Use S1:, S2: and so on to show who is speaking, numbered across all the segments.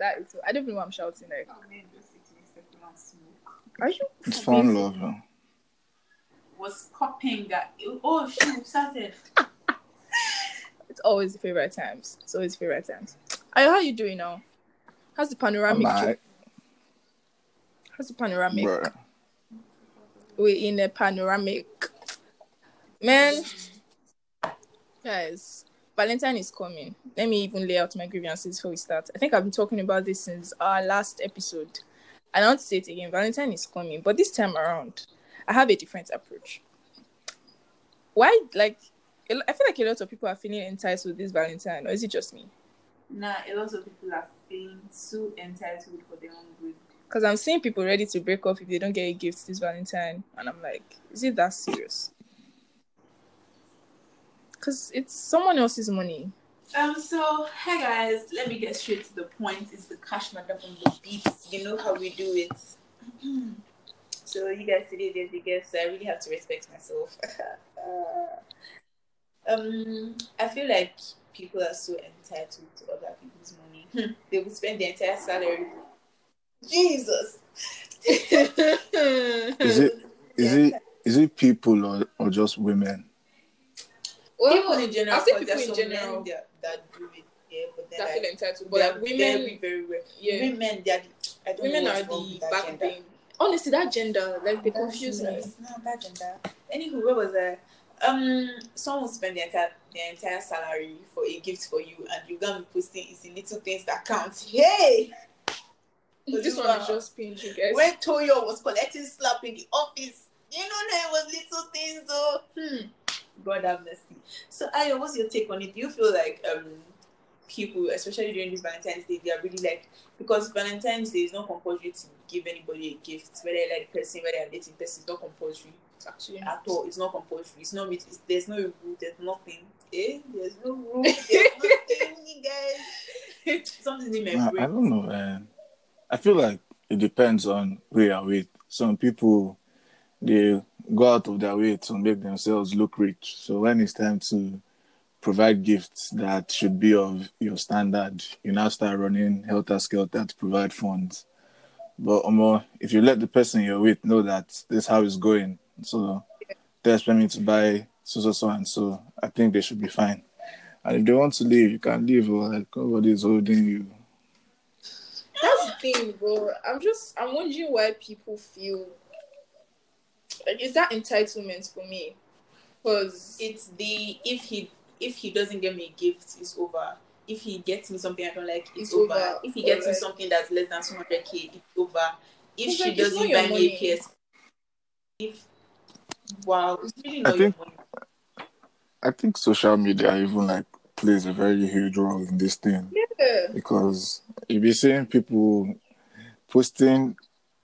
S1: live, so I don't know what I'm shouting like. Are you?
S2: It's fun, love. man.
S3: was copying that. Oh, she started.
S1: It's always the favorite times. It's always favorite times. Ayo, how you doing now? How's the panoramic?
S2: I'm alright,
S1: How's the panoramic?
S2: bro.
S1: We're in a panoramic. Man, guys, Valentine is coming. Let me even lay out my grievances before we start. I think I've been talking about this since our last episode. I don't say it again. Valentine is coming, but this time around, I have a different approach. Why, like, a lo- I feel like a lot of people are feeling entitled this Valentine, or is it just me?
S3: Nah, a lot of people are feeling too entitled for their own good.
S1: Because I'm seeing people ready to break up if they don't get a gift this Valentine. And I'm like, is it that serious? Because it's someone else's money.
S3: Um, so hey guys, let me get straight to the point. It's the cash matter from the beats. You know how we do it. so you guys today there's the guest, so I really have to respect myself. Uh, um, I feel like people are so entitled to other people's money. Hmm, they will spend their entire salary. Jesus.
S2: Is it- Is it is it people or, or just women?
S3: people in general?
S1: I say
S3: but
S1: people
S3: there's
S1: in
S3: some men
S1: general.
S3: that, that do it. Yeah, but then
S1: I
S3: like,
S1: feel entitled.
S3: they
S1: But
S3: are
S1: like women,
S3: very, very rare.
S1: yeah,
S3: Women, they are the, I don't
S1: women
S3: know
S1: are
S3: what's wrong
S1: the
S3: with that
S1: back
S3: gender.
S1: thing. Honestly, that gender, like, they confuse me.
S3: It's not bad gender. Anywho, where was I? Um, someone will spend their entire their entire salary for a gift for you, and you're gonna be posting it's the little things that count. Hey,
S1: This one is just pinch, you guys.
S3: when Toyo was collecting slap in the office, you know that it was little things though. Hmm. God have mercy. So, Ayo, what's your take on it? Do you feel like um people, especially during this Valentine's Day, they are really like because Valentine's Day is not compulsory to give anybody a gift, whether you like the person, whether you're dating person, it's not compulsory
S1: Actually.
S3: at all. It's not compulsory. It's not. It's, there's no rule. There's nothing. Eh? There's no rule. There's nothing, you guys. Something in my
S2: Nah, I
S3: brain.
S2: don't know, man. I feel like it depends on who you're with. Some people they go out of their way to make themselves look rich. So when it's time to provide gifts that should be of your standard, you now start running helter skelter to provide funds. But Omo, if you let the person you're with know that this how it's going, so they expect me to buy so so so and so, I think they should be fine. And if they want to leave, you can leave. Or like nobody is holding you.
S1: That's the thing, bro. I'm just I'm wondering why people feel like is that entitlement for me? Because
S3: It's the if he if he doesn't get me a gift, it's over. If he gets me something I don't like, it's,
S1: It's
S3: over.
S1: over.
S3: If he gets me
S1: Alright.
S3: something that's less than two hundred k, it's over. If
S1: It's
S3: she
S1: like, it's
S3: doesn't
S1: not your
S3: buy me
S1: money.
S3: a PS, if wow, it's really not
S2: I
S3: your
S2: think-
S3: money.
S2: I think social media even like plays a very huge role in this thing.
S1: yeah,
S2: because you be seeing people posting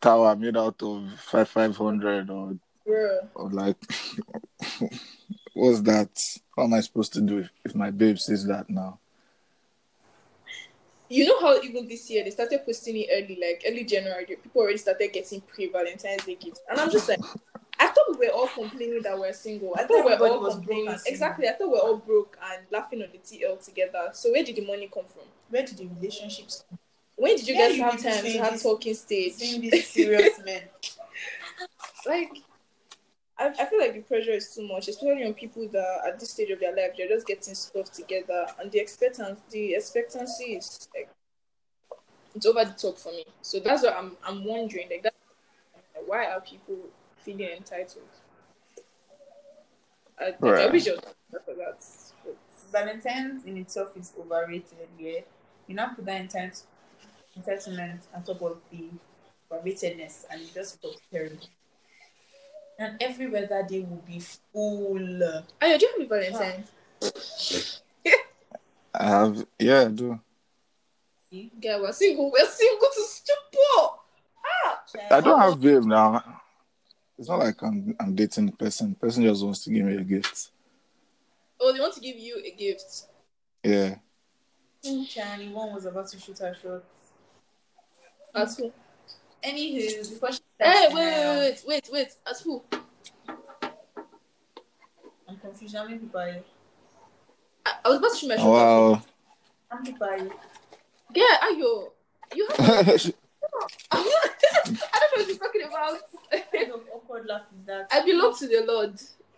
S2: tower made out of five five hundred or,
S1: bro.
S2: or like what's that? What am I supposed to do if, if my babe sees that now?
S1: You know how even this year they started posting it early, like early January. People already started getting pre Valentine's Day gifts, and I'm just like, I thought we were all complaining that we're single. I thought we we're
S3: Everybody
S1: all
S3: was broke
S1: complaining.
S3: and single.
S1: Exactly, I thought we we're all broke and laughing on the TL together. So where did the money come from?
S3: Where did the relationships
S1: When did you
S3: Yeah,
S1: guys
S3: you
S1: have
S3: people
S1: time to
S3: saying
S1: have
S3: this-
S1: talking stage?
S3: seeing these serious men?
S1: like I, I feel like the pressure is too much, especially on people that at this stage of their life they're just getting stuff together, and the expectancy the expectancy is like it's over the top for me. So that's what I'm I'm wondering like that why are people feeling entitled? I, like, I
S2: Right.
S1: wish I was there for that. but-
S3: Valentine's in itself is overrated, yeah. You now put that intent, entitlement on top of the overratedness, and it just looks terrible. And every weather day will be full.
S1: Ayo, do you have a Valentine?
S2: I have yeah, I do.
S1: Yeah, we're single. We're single to stupid.
S2: I don't have babe now. It's not like I'm I'm dating the person. The person just wants to give me a gift.
S1: Oh, they want to give you a gift.
S2: Yeah.
S3: Charlie, one was about to shoot her shot.
S1: At who?
S3: Anywho, before she
S1: Hey,
S3: starts
S1: wait,
S3: now,
S1: wait, wait, wait, wait. At who?
S3: I'm confused. How many people are you?
S1: I, I was about to shoot my shot.
S2: Wow.
S3: How many people are you?
S1: Yeah, ayo. You have, I'm not, I don't know what you're talking about.
S3: kind of awkward laugh is that?
S1: I belong to the Lord,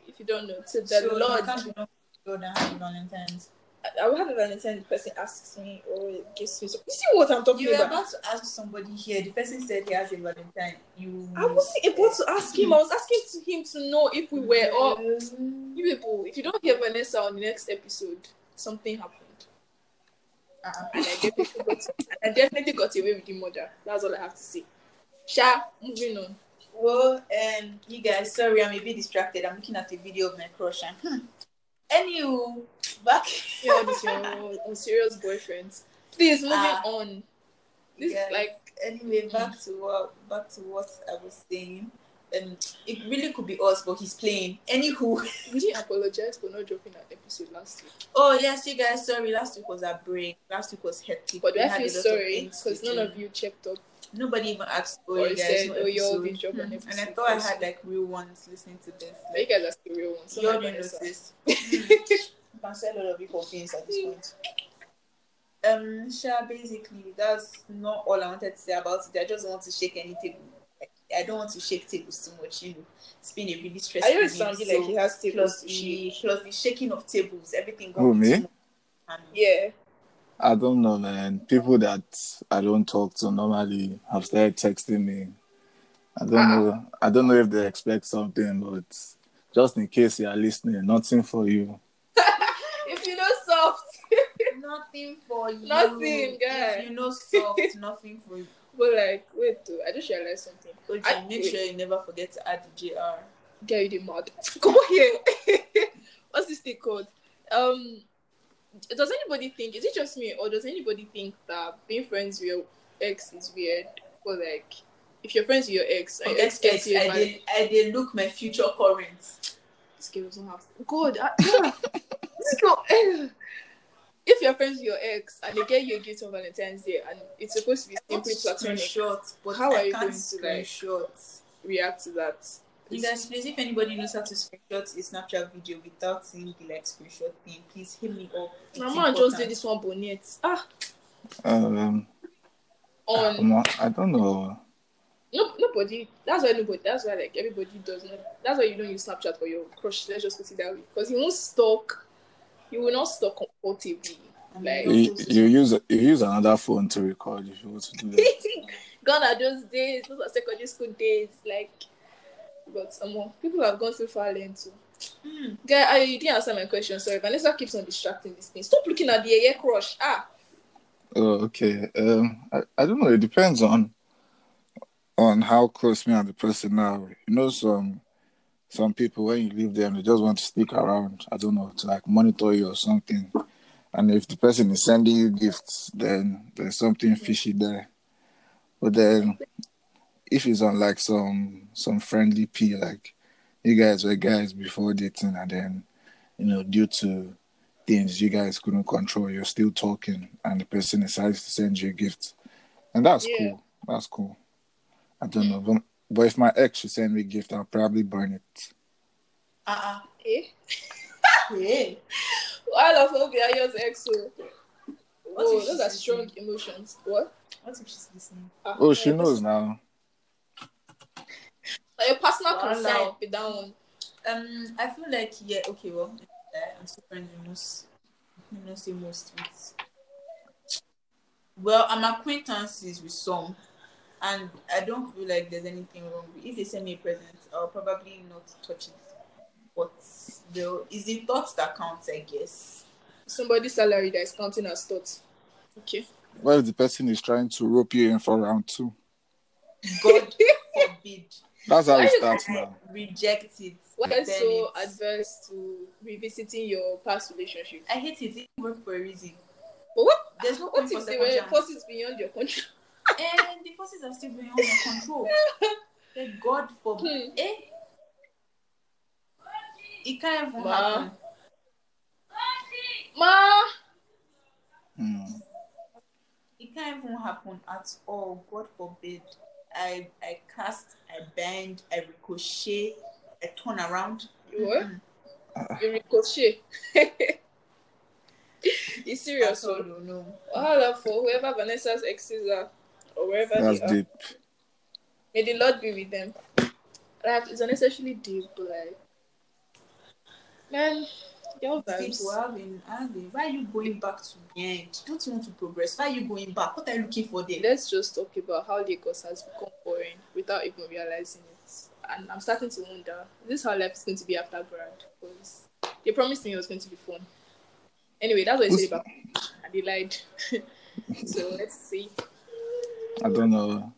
S1: if you don't know. To the
S3: So you
S1: Lord.
S3: can't belong to God and have Valentine's.
S1: I will have a Valentine person asks me or gives me. You see what I'm talking
S3: You were
S1: about?
S3: about to ask somebody here. The person said he has a Valentine. You.
S1: I was about to ask him. I was asking to him to know if we were up.
S3: Um,
S1: You people, if you don't hear Vanessa on the next episode, something happened.
S3: uh-uh.
S1: And I definitely got, I definitely got away with the murder. That's all I have to say. Sha, moving on.
S3: Well, um, you guys, sorry, I'm a bit distracted. I'm looking at a video of my crush. And, hmm. Anywho, back.
S1: Yeah, all these your unserious boyfriends. Please, moving
S3: Ah.
S1: on. This
S3: Yeah.
S1: is like
S3: Anyway, back to what back to what I was saying. Um, it really could be us, but he's playing. Anywho,
S1: we didn't apologize for not dropping an episode last week.
S3: oh yes, you guys, sorry. Last week was our break. Last week was hectic.
S1: But do
S3: We
S1: I
S3: had a
S1: feel
S3: lot of
S1: sorry
S3: things to
S1: because none
S3: do.
S1: of you checked up.
S3: nobody even asked for
S1: Or
S3: you guys.
S1: said,
S3: no
S1: "Oh, y'all
S3: episode."
S1: did drop an
S3: Hmm. And I
S1: episode
S3: thought I
S1: first.
S3: had like real ones listening to this.
S1: But you
S3: Like,
S1: guys are still real ones. So
S3: you all
S1: my
S3: didn't
S1: Vanessa.
S3: notice. You can say a lot of people things at this
S1: Hmm.
S3: point. Um, Sha, basically, that's not all I wanted to say about it. I just want to shake any table. Like, I don't want to shake tables too much, you know. It's been a really stressful
S1: I always
S3: week,
S1: sounded
S3: so
S1: like he has
S3: plus
S1: tables to shake.
S3: the, plus the shaking of tables, everything got
S2: Who, me?
S3: too much. And-
S1: Yeah.
S2: I don't know, man. People that I don't talk to normally have started texting me. I don't
S1: Ah.
S2: know. I don't know if they expect something, but just in case you are listening, nothing for you.
S1: If you know soft,
S3: Nothing for you.
S1: Nothing, guy.
S3: If you know soft, nothing for you.
S1: but like, wait, though, I just realized something.
S3: Okay,
S1: I-
S3: make sure you never forget to add the JR.
S1: Girl, you did mad. Come on here. What's this thing called? Um, does anybody think? Is it just me, or does anybody think that being friends with your ex is weird? Or like, if you're friends with your ex, and your ex gets you,
S3: I
S1: like,
S3: did, I did look my future current.
S1: this girl doesn't have. God, I, yeah. this is not. If you're friends with your ex and they get you a gift on Valentine's Day and it's supposed to be simply platonic,
S3: Screenshot, but
S1: How
S3: I
S1: are you
S3: can't
S1: going to, like-
S3: screenshot.
S1: react to that.
S3: You guys, please, if anybody knows how to screenshot a Snapchat video without seeing the like screenshot thing, please hit me up. It's
S1: My man just did
S3: important.
S1: this one bonnet. Ah,
S2: Um,
S3: Ah,
S1: on
S2: I'm not- I don't know.
S1: No, nobody. That's why nobody. That's why like everybody does not. That's why you don't use Snapchat for your crush. Let's just put it that way. Because you won't stalk. You will not stalk comfortably.
S3: And
S1: like-
S3: you
S2: You,
S3: know,
S2: you use you use another phone to record if you want to do that.
S1: Gone are those days. Those are secondary school days. Like, but um, people have gone too far then too.
S3: Hmm.
S1: Guy, I you didn't answer my question. Sorry, Vanessa keeps on distracting this thing. Stop looking at the air crush. Ah,
S2: Oh, okay. Um, I, I don't know. It depends on on how close me and the person are. You know, some some people when you leave them, they just want to stick around. I don't know to like monitor you or something. And if the person is sending you gifts, then there's something fishy there. But then, if it's on like some some friendly P, like you guys were guys before dating, and then you know due to things you guys couldn't control, you're still talking, and the person decides to send you a gift, and that's
S1: Yeah.
S2: cool. That's cool. I don't know, but, but if my ex should send me a gift, I'll probably burn it.
S3: Uh-uh.
S1: eh?
S3: Hey.
S1: All of phobia, yours exo.
S3: What
S1: Oh,
S3: if
S1: those
S3: she's
S1: are strong emotions. What?
S3: What if she's listening?
S1: Ah,
S2: Oh, she
S1: yeah,
S2: knows now.
S1: Like your personal
S3: Wahala.
S1: concern would be that one.
S3: Um, I feel like, yeah, okay, well, uh, I'm still friends with most, I'm not say most with. Well, I'm acquaintances with some, and I don't feel like there's anything wrong with If they send me a present, I'll probably not touch it. But the is the thoughts that counts, I guess.
S1: Somebody's salary that is counting as thought. Okay.
S2: What if the person is trying to rope you in for round two?
S3: God forbid.
S2: That's how
S1: Why
S2: it
S1: is
S2: starts
S3: I
S2: now.
S3: reject it.
S1: Why are you
S3: Burn
S1: so
S3: it.
S1: adverse to revisiting your past relationship?
S3: I hate it. It didn't work for a reason.
S1: But what,
S3: There's no
S1: what
S3: point for
S1: if they
S3: second
S1: were
S3: chance.
S1: forces beyond your control?
S3: and the forces are still going under control. Thank God for
S1: Hmm.
S3: eh? It can't even
S1: Ma.
S3: happen.
S1: Ma!
S2: Hmm.
S3: It can't even happen at all. God forbid. I I cast, I bend, I ricochet, I turn around.
S1: You what?
S3: Mm-mm. Mm-hmm.
S1: You ricochet. you
S3: At
S1: serious?
S3: all, no, no.
S1: Wahala for whoever Vanessa's exes are. or wherever
S2: That's
S1: they are.
S2: deep.
S1: May the Lord be with them. Like, it's unnecessarily deep, but like, man, your vibes.
S3: People, I've been, I've been. Why are you going back to the end? Don't you want to progress? Why are you going back? What are you looking for there?
S1: Let's just talk about how Lagos has become boring without even realizing it. And I'm starting to wonder, is this how life is going to be after grad? Because they promised me it was going to be fun. Anyway, that's what I said about and they lied. so let's see.
S2: I don't know.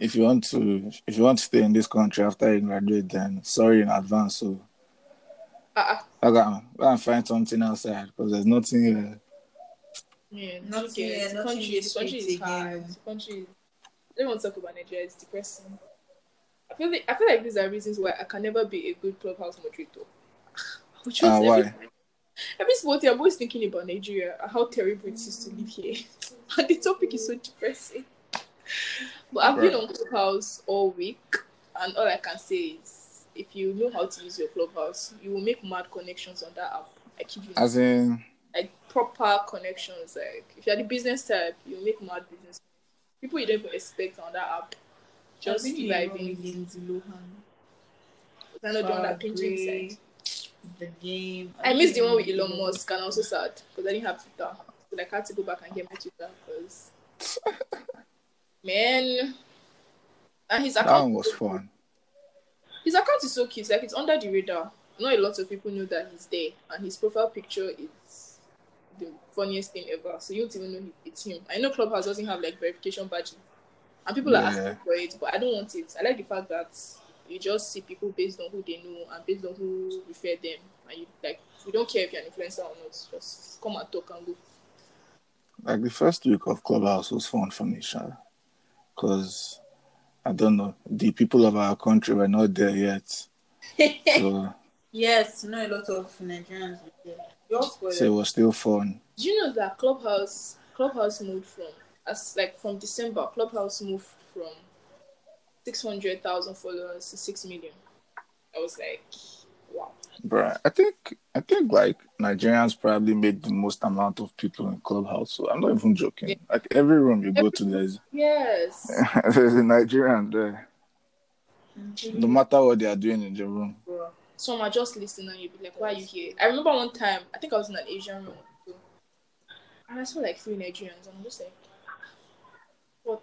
S2: If you want to, if you want to stay in this country after you graduate, then sorry in advance. So
S1: Ah, ah,
S2: I gotta go and find something outside because there's nothing here.
S1: yeah,
S3: Not
S1: okay.
S3: here,
S1: The
S3: not
S1: country,
S3: in
S1: the
S3: this
S1: country
S3: place
S1: is
S3: again.
S1: hard. The country is... I don't want to talk about Nigeria. It's depressing. I feel like, I feel like these are reasons why I can never be a good clubhouse moderator. I would choose
S2: Ah,
S1: every-
S2: why?
S1: Every small thing, I'm always thinking about Nigeria and how terrible it is to live here. and the topic is so depressing. But I've been
S2: Right.
S1: on Clubhouse all week, and all I can say is if you know how to use your Clubhouse, you will make mad connections on that app. I kid you not.
S2: As in,
S1: Like proper connections. Like if you're the business type, you'll make mad business. People you don't even expect on that app. Just
S3: I've been in love
S1: vibing.
S3: with Lindsay Lohan.
S1: I know the one that pinned you
S3: Fabre,
S1: inside.
S3: The game.
S1: I missed the one with Elon Musk, and I'm so sad because I didn't have Twitter. So like, I had to go back and get my Twitter because man, and his
S2: that
S1: account
S2: one was fun.
S1: His account is so cute. Like it's under the radar. Not a lot of people know that he's there, and his profile picture is the funniest thing ever. So you don't even know it's him. I know Clubhouse doesn't have like verification badges, and people are
S2: Yeah.
S1: asking for it, but I don't want it. I like the fact that you just see people based on who they know and based on who refer them, and you like we don't care if you're an influencer or not. Just come and talk and go.
S2: Like the first week of Clubhouse was fun for me, Sha. Because I don't know, the people of our country were not there yet. So,
S3: Yes, no, a lot of Nigerians. were there. Yours were-
S2: so it was still fun.
S1: Do you know that Clubhouse Clubhouse moved from as like from December Clubhouse moved from six hundred thousand followers to six million. I was like, wow.
S2: Bruh, I think I think like Nigerians probably made the most amount of people in Clubhouse. So I'm not even joking.
S1: Yeah.
S2: Like every room you go to, there's
S1: Yes.
S2: there's a Nigerian there.
S3: Mhm.
S2: No matter what they are doing in the room.
S3: Bro.
S1: Some are just listening and you'd be like, why are you here? I remember one time I think I was in an Asian room too, and I saw like three Nigerians and I'm just like, what?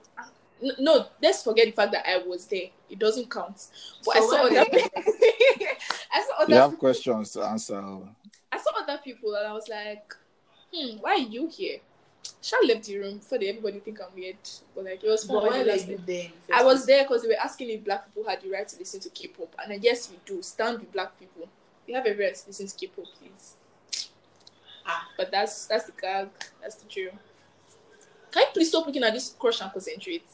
S1: N- No, let's forget the fact that I was there. It doesn't count. But I
S3: So
S1: saw
S3: what-
S1: other. I saw other.
S2: You have
S1: people-
S2: questions to answer.
S1: I saw other people and I was like, hmm, why are you here? Sha left the room before they- everybody think I'm weird. But like it was fun.
S3: But
S1: when
S3: why
S1: they
S3: were
S1: left
S3: you
S1: it.
S3: there? in the
S1: I
S3: first
S1: was
S3: place?
S1: there because they were asking if black people had the right to listen to K-pop, and I, yes, we do. Stand with black people. We have a right to listen to K-pop, please.
S3: Ah.
S1: But that's that's the gag. That's the drill. Can you please stop looking at this crush and concentrate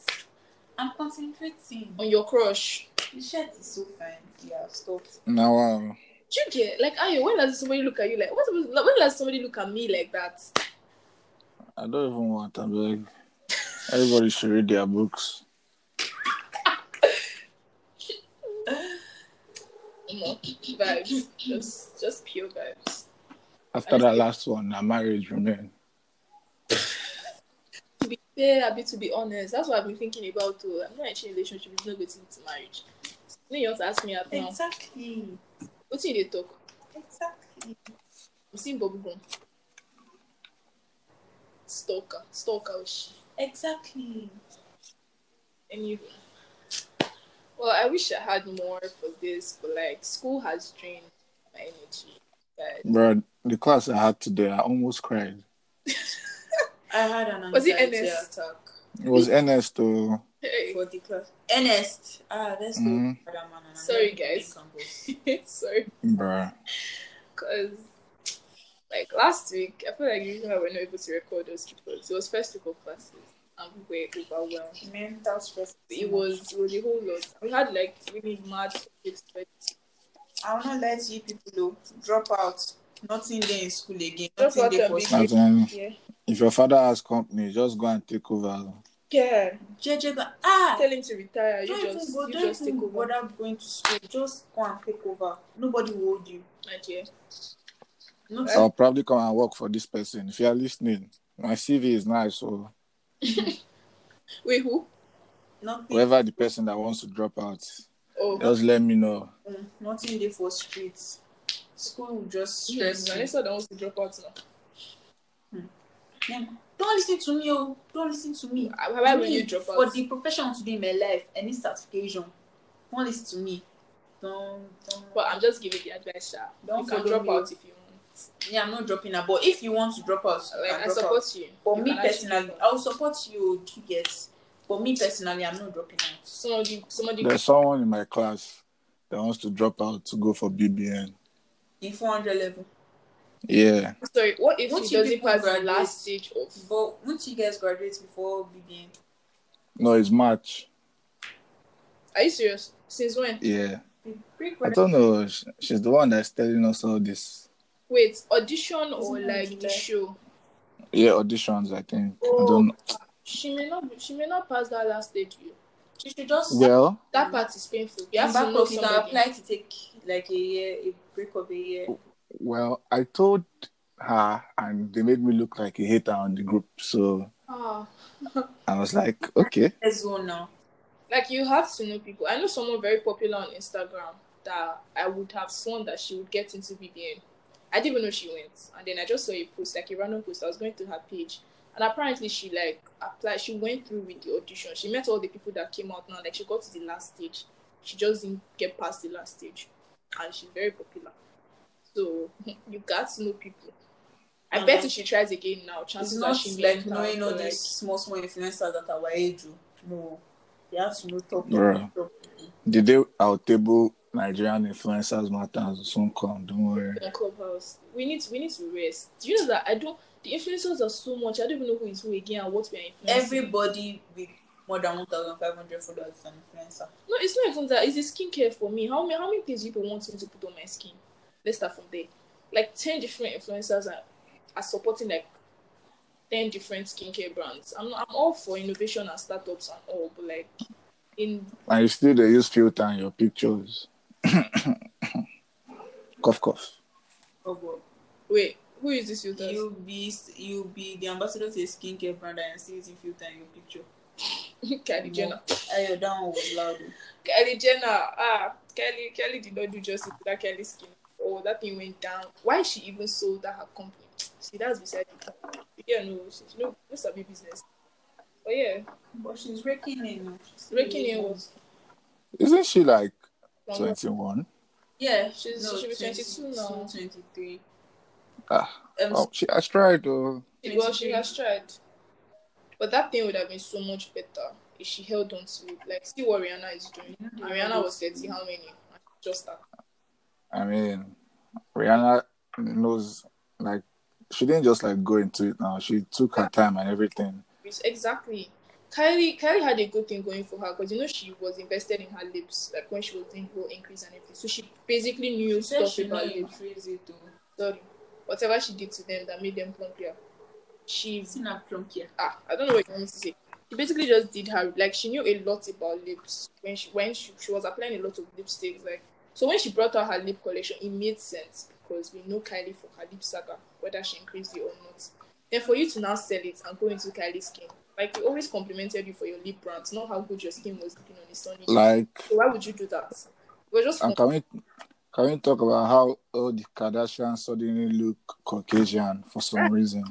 S3: I'm concentrating.
S1: on your crush?
S3: The shirt is so fine. Yeah, I've stopped.
S2: Now, um,
S1: Do you get like, Ayo, when does somebody look at you like? What's, when does somebody look at me like that?
S2: I don't even want. I'm like, everybody should read their books.
S1: You know, vibes, just just pure vibes.
S2: After that last one, na marriage remain.
S1: to be fair, Abi, to be honest, that's what I've been thinking about too. I'm not actually in a relationship, it's not going to marriage. No, you want to ask me out now.
S3: Exactly.
S1: What you need to talk?
S3: Exactly.
S1: I'm seeing bubblegum. Stalker. Stalker oh shit.
S3: Exactly.
S1: Anyway. Well, I wish I had more for this, but like school has drained my energy. But
S2: But the class I had today, I almost cried.
S3: I had an
S1: Was it
S3: anxiety
S1: NS?
S3: attack
S2: It was NS though.
S1: hey.
S3: for the class. Ernest. Ah, that's
S2: Mhm.
S3: the other man. and I'm
S1: Sorry,
S3: not even
S1: guys.
S3: on campus.
S1: Sorry.
S2: Bruh.
S1: because like last week, I feel like the reason why we're not able to record was because it was first week of classes and we were overwhelmed.
S3: Mental stress.
S1: It was it was a whole lot. We had like really mad topics, but
S3: I will not let you people though, drop out. Nothing there in school again.
S1: Drop
S3: Nothing
S1: out
S3: there
S1: and
S3: for
S1: be-
S3: school.
S2: As in,
S1: yeah,
S2: if your father has company, just go and take over.
S1: yeah.
S3: JJ go, ah,
S1: Tell him to retire. You
S3: don't
S1: just
S3: even go,
S1: you
S3: don't
S1: just take
S3: even
S1: over,
S3: bother going to school. Just go and take over. Nobody will hold you.
S1: my dear.
S3: Not
S2: I'll probably come and work for this person. If you are listening, my CV is nice. So
S1: Wait, who?
S3: Nothing.
S2: Whoever the person that wants to drop out,
S1: Oh,
S2: just let me know.
S3: Mm, nothing there for streets. School will just stress
S1: stress.
S3: me.
S1: Vanessa that wants to drop out now.
S3: Yeah. Don't listen to me, oh. Don't listen to me.
S1: Ah, Why will
S3: Me,
S1: you drop
S3: For
S1: out?
S3: the profession today in my life, any certification, don't listen to me. Don't, don't.
S1: But I'm just giving the advice, Sha.
S3: Don't
S1: You can
S3: follow
S1: drop
S3: me.
S1: out if you want.
S3: yeah, I'm not dropping out. But if you want to drop out, you
S1: Like,
S3: can
S1: I
S3: drop out.
S1: support you.
S3: For
S1: You
S3: me
S1: can actually
S3: personally,
S1: drop out.
S3: I will support you, yes. For me personally, I'm not dropping out.
S1: Somebody, somebody.
S2: There's someone in my class that wants to drop out to go for BBN.
S3: In 400 level.
S2: Yeah,
S1: Sorry, what if
S3: Won't
S1: she
S3: you
S1: doesn't
S3: people
S1: pass the
S3: graduate?
S1: last stage of?
S3: But won't you guys graduate before BBN?
S2: no, it's March.
S1: Are you serious? Since when?
S2: Yeah,
S3: Be- be
S2: I
S3: graduate.
S2: don't know. Sh- She's the one that's telling us all this.
S1: Wait, audition or
S3: Isn't
S1: like
S3: it
S1: the
S3: July?
S1: show?
S2: Yeah, auditions. I think. I
S1: Oh.
S2: don't.
S1: She may not. Be, she may not pass that last stage. You.
S3: You should just
S2: Well,
S1: That part is painful. You
S3: In
S1: have to
S3: Mm. back
S1: know
S3: of you can
S1: somebody.
S3: apply to take like a year, a break of a year.
S2: well, I told her, and they made me look like a hater on the group. So
S1: Ah,
S2: I was like, okay.
S3: Let's go now.
S1: like you have to know people. I know someone very popular on Instagram that I would have sworn that she would get into BBN. I didn't even know she went, and then I just saw a post, like a random post. I was going through her page, and apparently she like applied. She went through with the audition. She met all the people that came out now. Like she got to the last stage, she just didn't get past the last stage, and she's very popular. So you got to know people. I
S3: Yeah,
S1: bet
S3: but-
S1: if she tries again now,
S3: It's
S1: chances are
S3: not
S1: she may
S3: like
S1: enter,
S3: knowing all
S1: but,
S3: these small small influencers that are our age. oh. No, they have to know top.
S2: Bruh.
S3: top.
S2: The day our table Nigerian influencers matters will soon come. Don't worry.
S1: on Clubhouse. We need to, we need to rest. Do you know that I don't? The influencers are so much. I don't even know who is who again and what we are influencing.
S3: Everybody with more than one thousand five hundred followers is an influencer.
S1: no, it's not even that. It's the skincare for me. How many how many things people want me to put on my skin? Let's start from there. Like ten different influencers are, are supporting like ten different skincare brands. I'm not, I'm all for innovation and startups and all, but like in
S2: And you still they use filter in your pictures. cough cough.
S3: Oh, but
S1: wait, who is this youth?
S3: you be you be the ambassador to a skincare brand and see it in filter in your picture.
S1: Kylie Jenner.
S3: Ayo, that one was loud. oh.
S1: Kylie Jenner. Ah, Kylie. Kylie did not do justice to that Kylie skin. Oh, that thing went down. Why she even sold that her company? See, that's beside the point. Yeah, no, she, she no, no sabi business. But yeah,
S3: But she's raking in. oh. She's
S1: Raking in what?
S2: Isn't she like
S1: from what-
S2: 21?
S3: Yeah,
S1: She's- she should be 22 now.
S3: Twenty three.
S2: Ah,
S3: Um,
S2: oh, she has tried though.
S1: she- well, she has tried. But that thing would have been so much better if she held on to it. Like, see what Rihanna is doing. And Rihanna was 30, how many? And she Just that.
S2: I mean, Rihanna knows, like, she didn't just like go into it now. She took her time and everything.
S1: It's exactly. Kylie, Kylie had a good thing going for her because you know she was invested in her lips, like when she was doing whole increase and everything. So she basically knew
S3: She said
S1: stuff
S3: she
S1: about
S3: not
S1: lips.
S3: increase it though.
S1: Sorry, whatever she did to them that made them plumpier. She
S3: It's in a plump here.
S1: ah, I don't know what you want me to say. She basically just did her like she knew a lot about lips when she when she, she was applying a lot of lipsticks. Like so when she brought out her lip collection, it made sense because we know Kylie for her lip saga, whether she increased it or not. Then for you to now sell it and go into Kylie's skin, like we always complimented you for your lip brands, not how good your skin was looking on the sunny. day.
S2: Like,
S1: so why would you do that? It was just
S2: and
S1: for
S2: can we, can we talk about how all the Kardashians suddenly look Caucasian for some reason?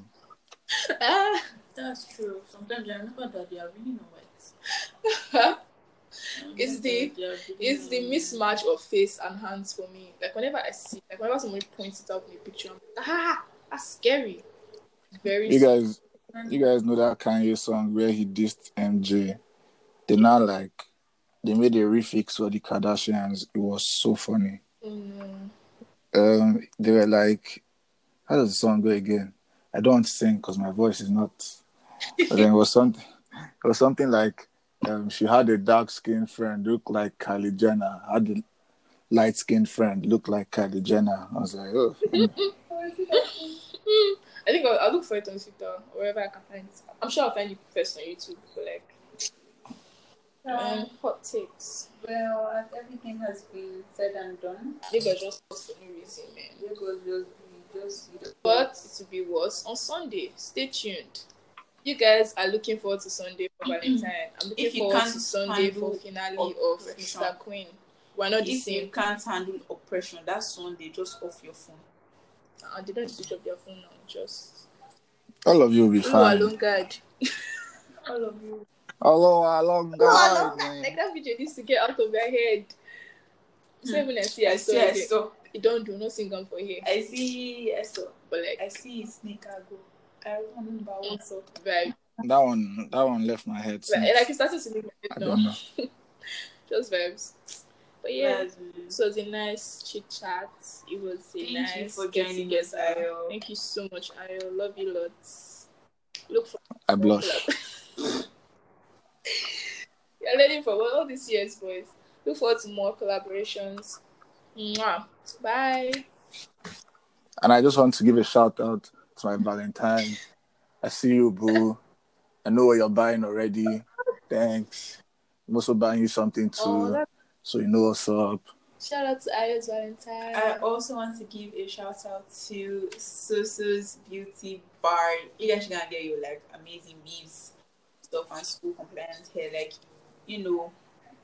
S1: ah.
S3: That's true. Sometimes I remember that they are really not white.
S1: Ah. It's the-
S3: They are really
S1: It's the
S3: not
S1: mismatch of face and hands for me. Like whenever I see, like whenever somebody points it out in a picture, I'm like, ah, that's scary. Very.
S2: You guys,
S3: white.
S2: You guys know that Kanye song where he dissed MJ? They now like they made a refix for the Kardashians. It was so funny.
S1: Oh, no.
S2: Um, they were like, "How does the song go again?" I don't want to sing because my voice is not. But then it was something. It was something like, um, she had a dark skinned friend look like Kylie Jenner. Had a light skinned friend look like Kylie Jenner. I was like, oh,
S1: I think I'll, I'll look for it on Twitter or wherever I can find it. I'm sure I'll find it first on YouTube. But like, um, hot takes.
S3: well, as everything has been said and done,
S1: They got just hot for no reason, man.
S3: Lagos just be just.
S1: But it will be worse on Sunday. Stay tuned. you guys are looking forward to Sunday for Valentine. I'm looking
S3: If you
S1: forward
S3: can't
S1: to Sunday
S3: handle
S1: for finale
S3: op-
S1: of
S3: oppression.
S1: Mr. Queen. We're not the
S3: if you
S1: same.
S3: can't handle oppression, that Sunday just off your phone.
S1: Uh, they don't switch off their phone now. Just
S2: All of you will be
S1: you are
S2: fine.
S1: long guard. All of you.
S2: Hello, along
S1: Like that video needs to get out of your head.
S3: Hmm.
S1: So when I see, I saw
S3: I
S1: it.
S3: saw,
S1: You don't do no singing for here,
S3: I see, I saw,
S1: but like
S3: I see his sneaker go. I remember what's up.
S1: vibe.
S2: That one, that one left my head.
S1: But,
S2: since.
S1: like it started to leave my
S2: I
S1: head
S2: don't
S1: now.
S2: know.
S1: Just vibes. But yeah, this was a nice chit chat. It was a
S3: Thank you
S1: nice
S3: for
S1: get
S3: joining
S1: together.
S3: us, Ayo.
S1: Thank you so much, Ayo. Love you lots. Look for
S2: I blush.
S1: you're learning from all these years, boys. Look forward to more collaborations. Mwah. Bye.
S2: And I just want to give a shout out to my Valentine. I see you, boo. I know what you're buying already. Thanks. I'm also buying you something too,
S1: Oh, that-
S2: so you know what's up.
S1: shout out to Ayo's Valentine.
S3: I also want to give a shout out to Susu's Beauty Bar. You guys should go and get your like amazing weaves, stuff, and school compliant hair. Like, you know,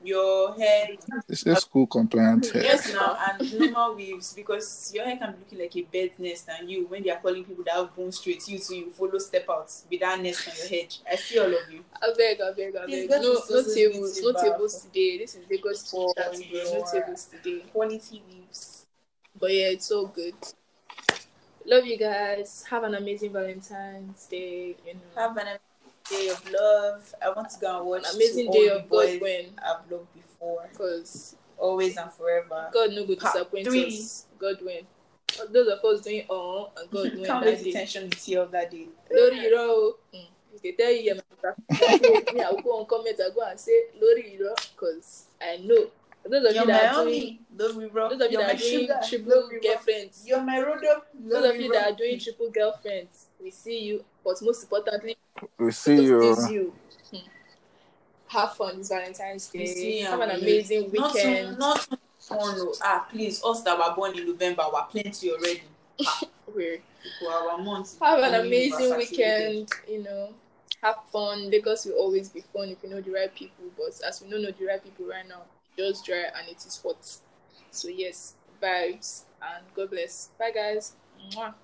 S3: your hair
S2: This is school compliant hair.
S3: Yes, now and normal waves because your hair can be looking like a bird's nest, and you, when they are calling people that have bone straight, you too, you follow step out with that nest on your head. I see all of you.
S1: I beg, I beg, I
S3: Please
S1: beg. No,
S3: go to
S1: no
S3: Susan's
S1: tables, no
S3: Beauty Bar.
S1: tables today. This is Lagos
S3: Oh,
S1: chit chat, bro. No
S3: yeah.
S1: tables today.
S3: Quality waves.
S1: But yeah, it's all good. Love you guys. Have an amazing Valentine's Day. You know,
S3: Have an amazing day of love. I want to go and watch
S1: an amazing
S3: To
S1: day
S3: All
S1: of
S3: You
S1: God
S3: boys
S1: when,
S3: I've loved before,
S1: cause
S3: always and forever.
S1: God no good
S3: Part
S1: disappoint
S3: three.
S1: us. God win. Those of us doing all and God win
S3: Can't
S1: that
S3: wait to
S1: day.
S3: tension with you of that day.
S1: Lori, you know, mm, if they tell you you're my me, I will go and comment. I go and say Lori, you know, cause I know those of
S3: You're
S1: you
S3: my
S1: that are doing
S3: only. Love you, bro.
S1: Those of you
S3: You're my
S1: that are doing
S3: sugar.
S1: triple
S3: Love you, bro.
S1: girlfriends.
S3: You're my rodo.
S1: Those of you that are doing triple girlfriends. We see you, but most importantly,
S2: We see you.
S1: this you. Hmm. Have fun this Valentine's
S3: We see
S1: Day.
S3: you.
S1: Have an amazing
S3: Not
S1: weekend.
S3: to- Not to- oh, no. Ah, please, us that were born in November, we're plenty already.
S1: Weird.
S3: For our month.
S1: Have an
S3: only
S1: amazing
S3: was saturated.
S1: weekend. You know, have fun. Lagos will always be fun if you know the right people. But as we don't know the right people right now, it's just dry and it is hot. So yes, vibes and God bless. Bye guys. Mwah.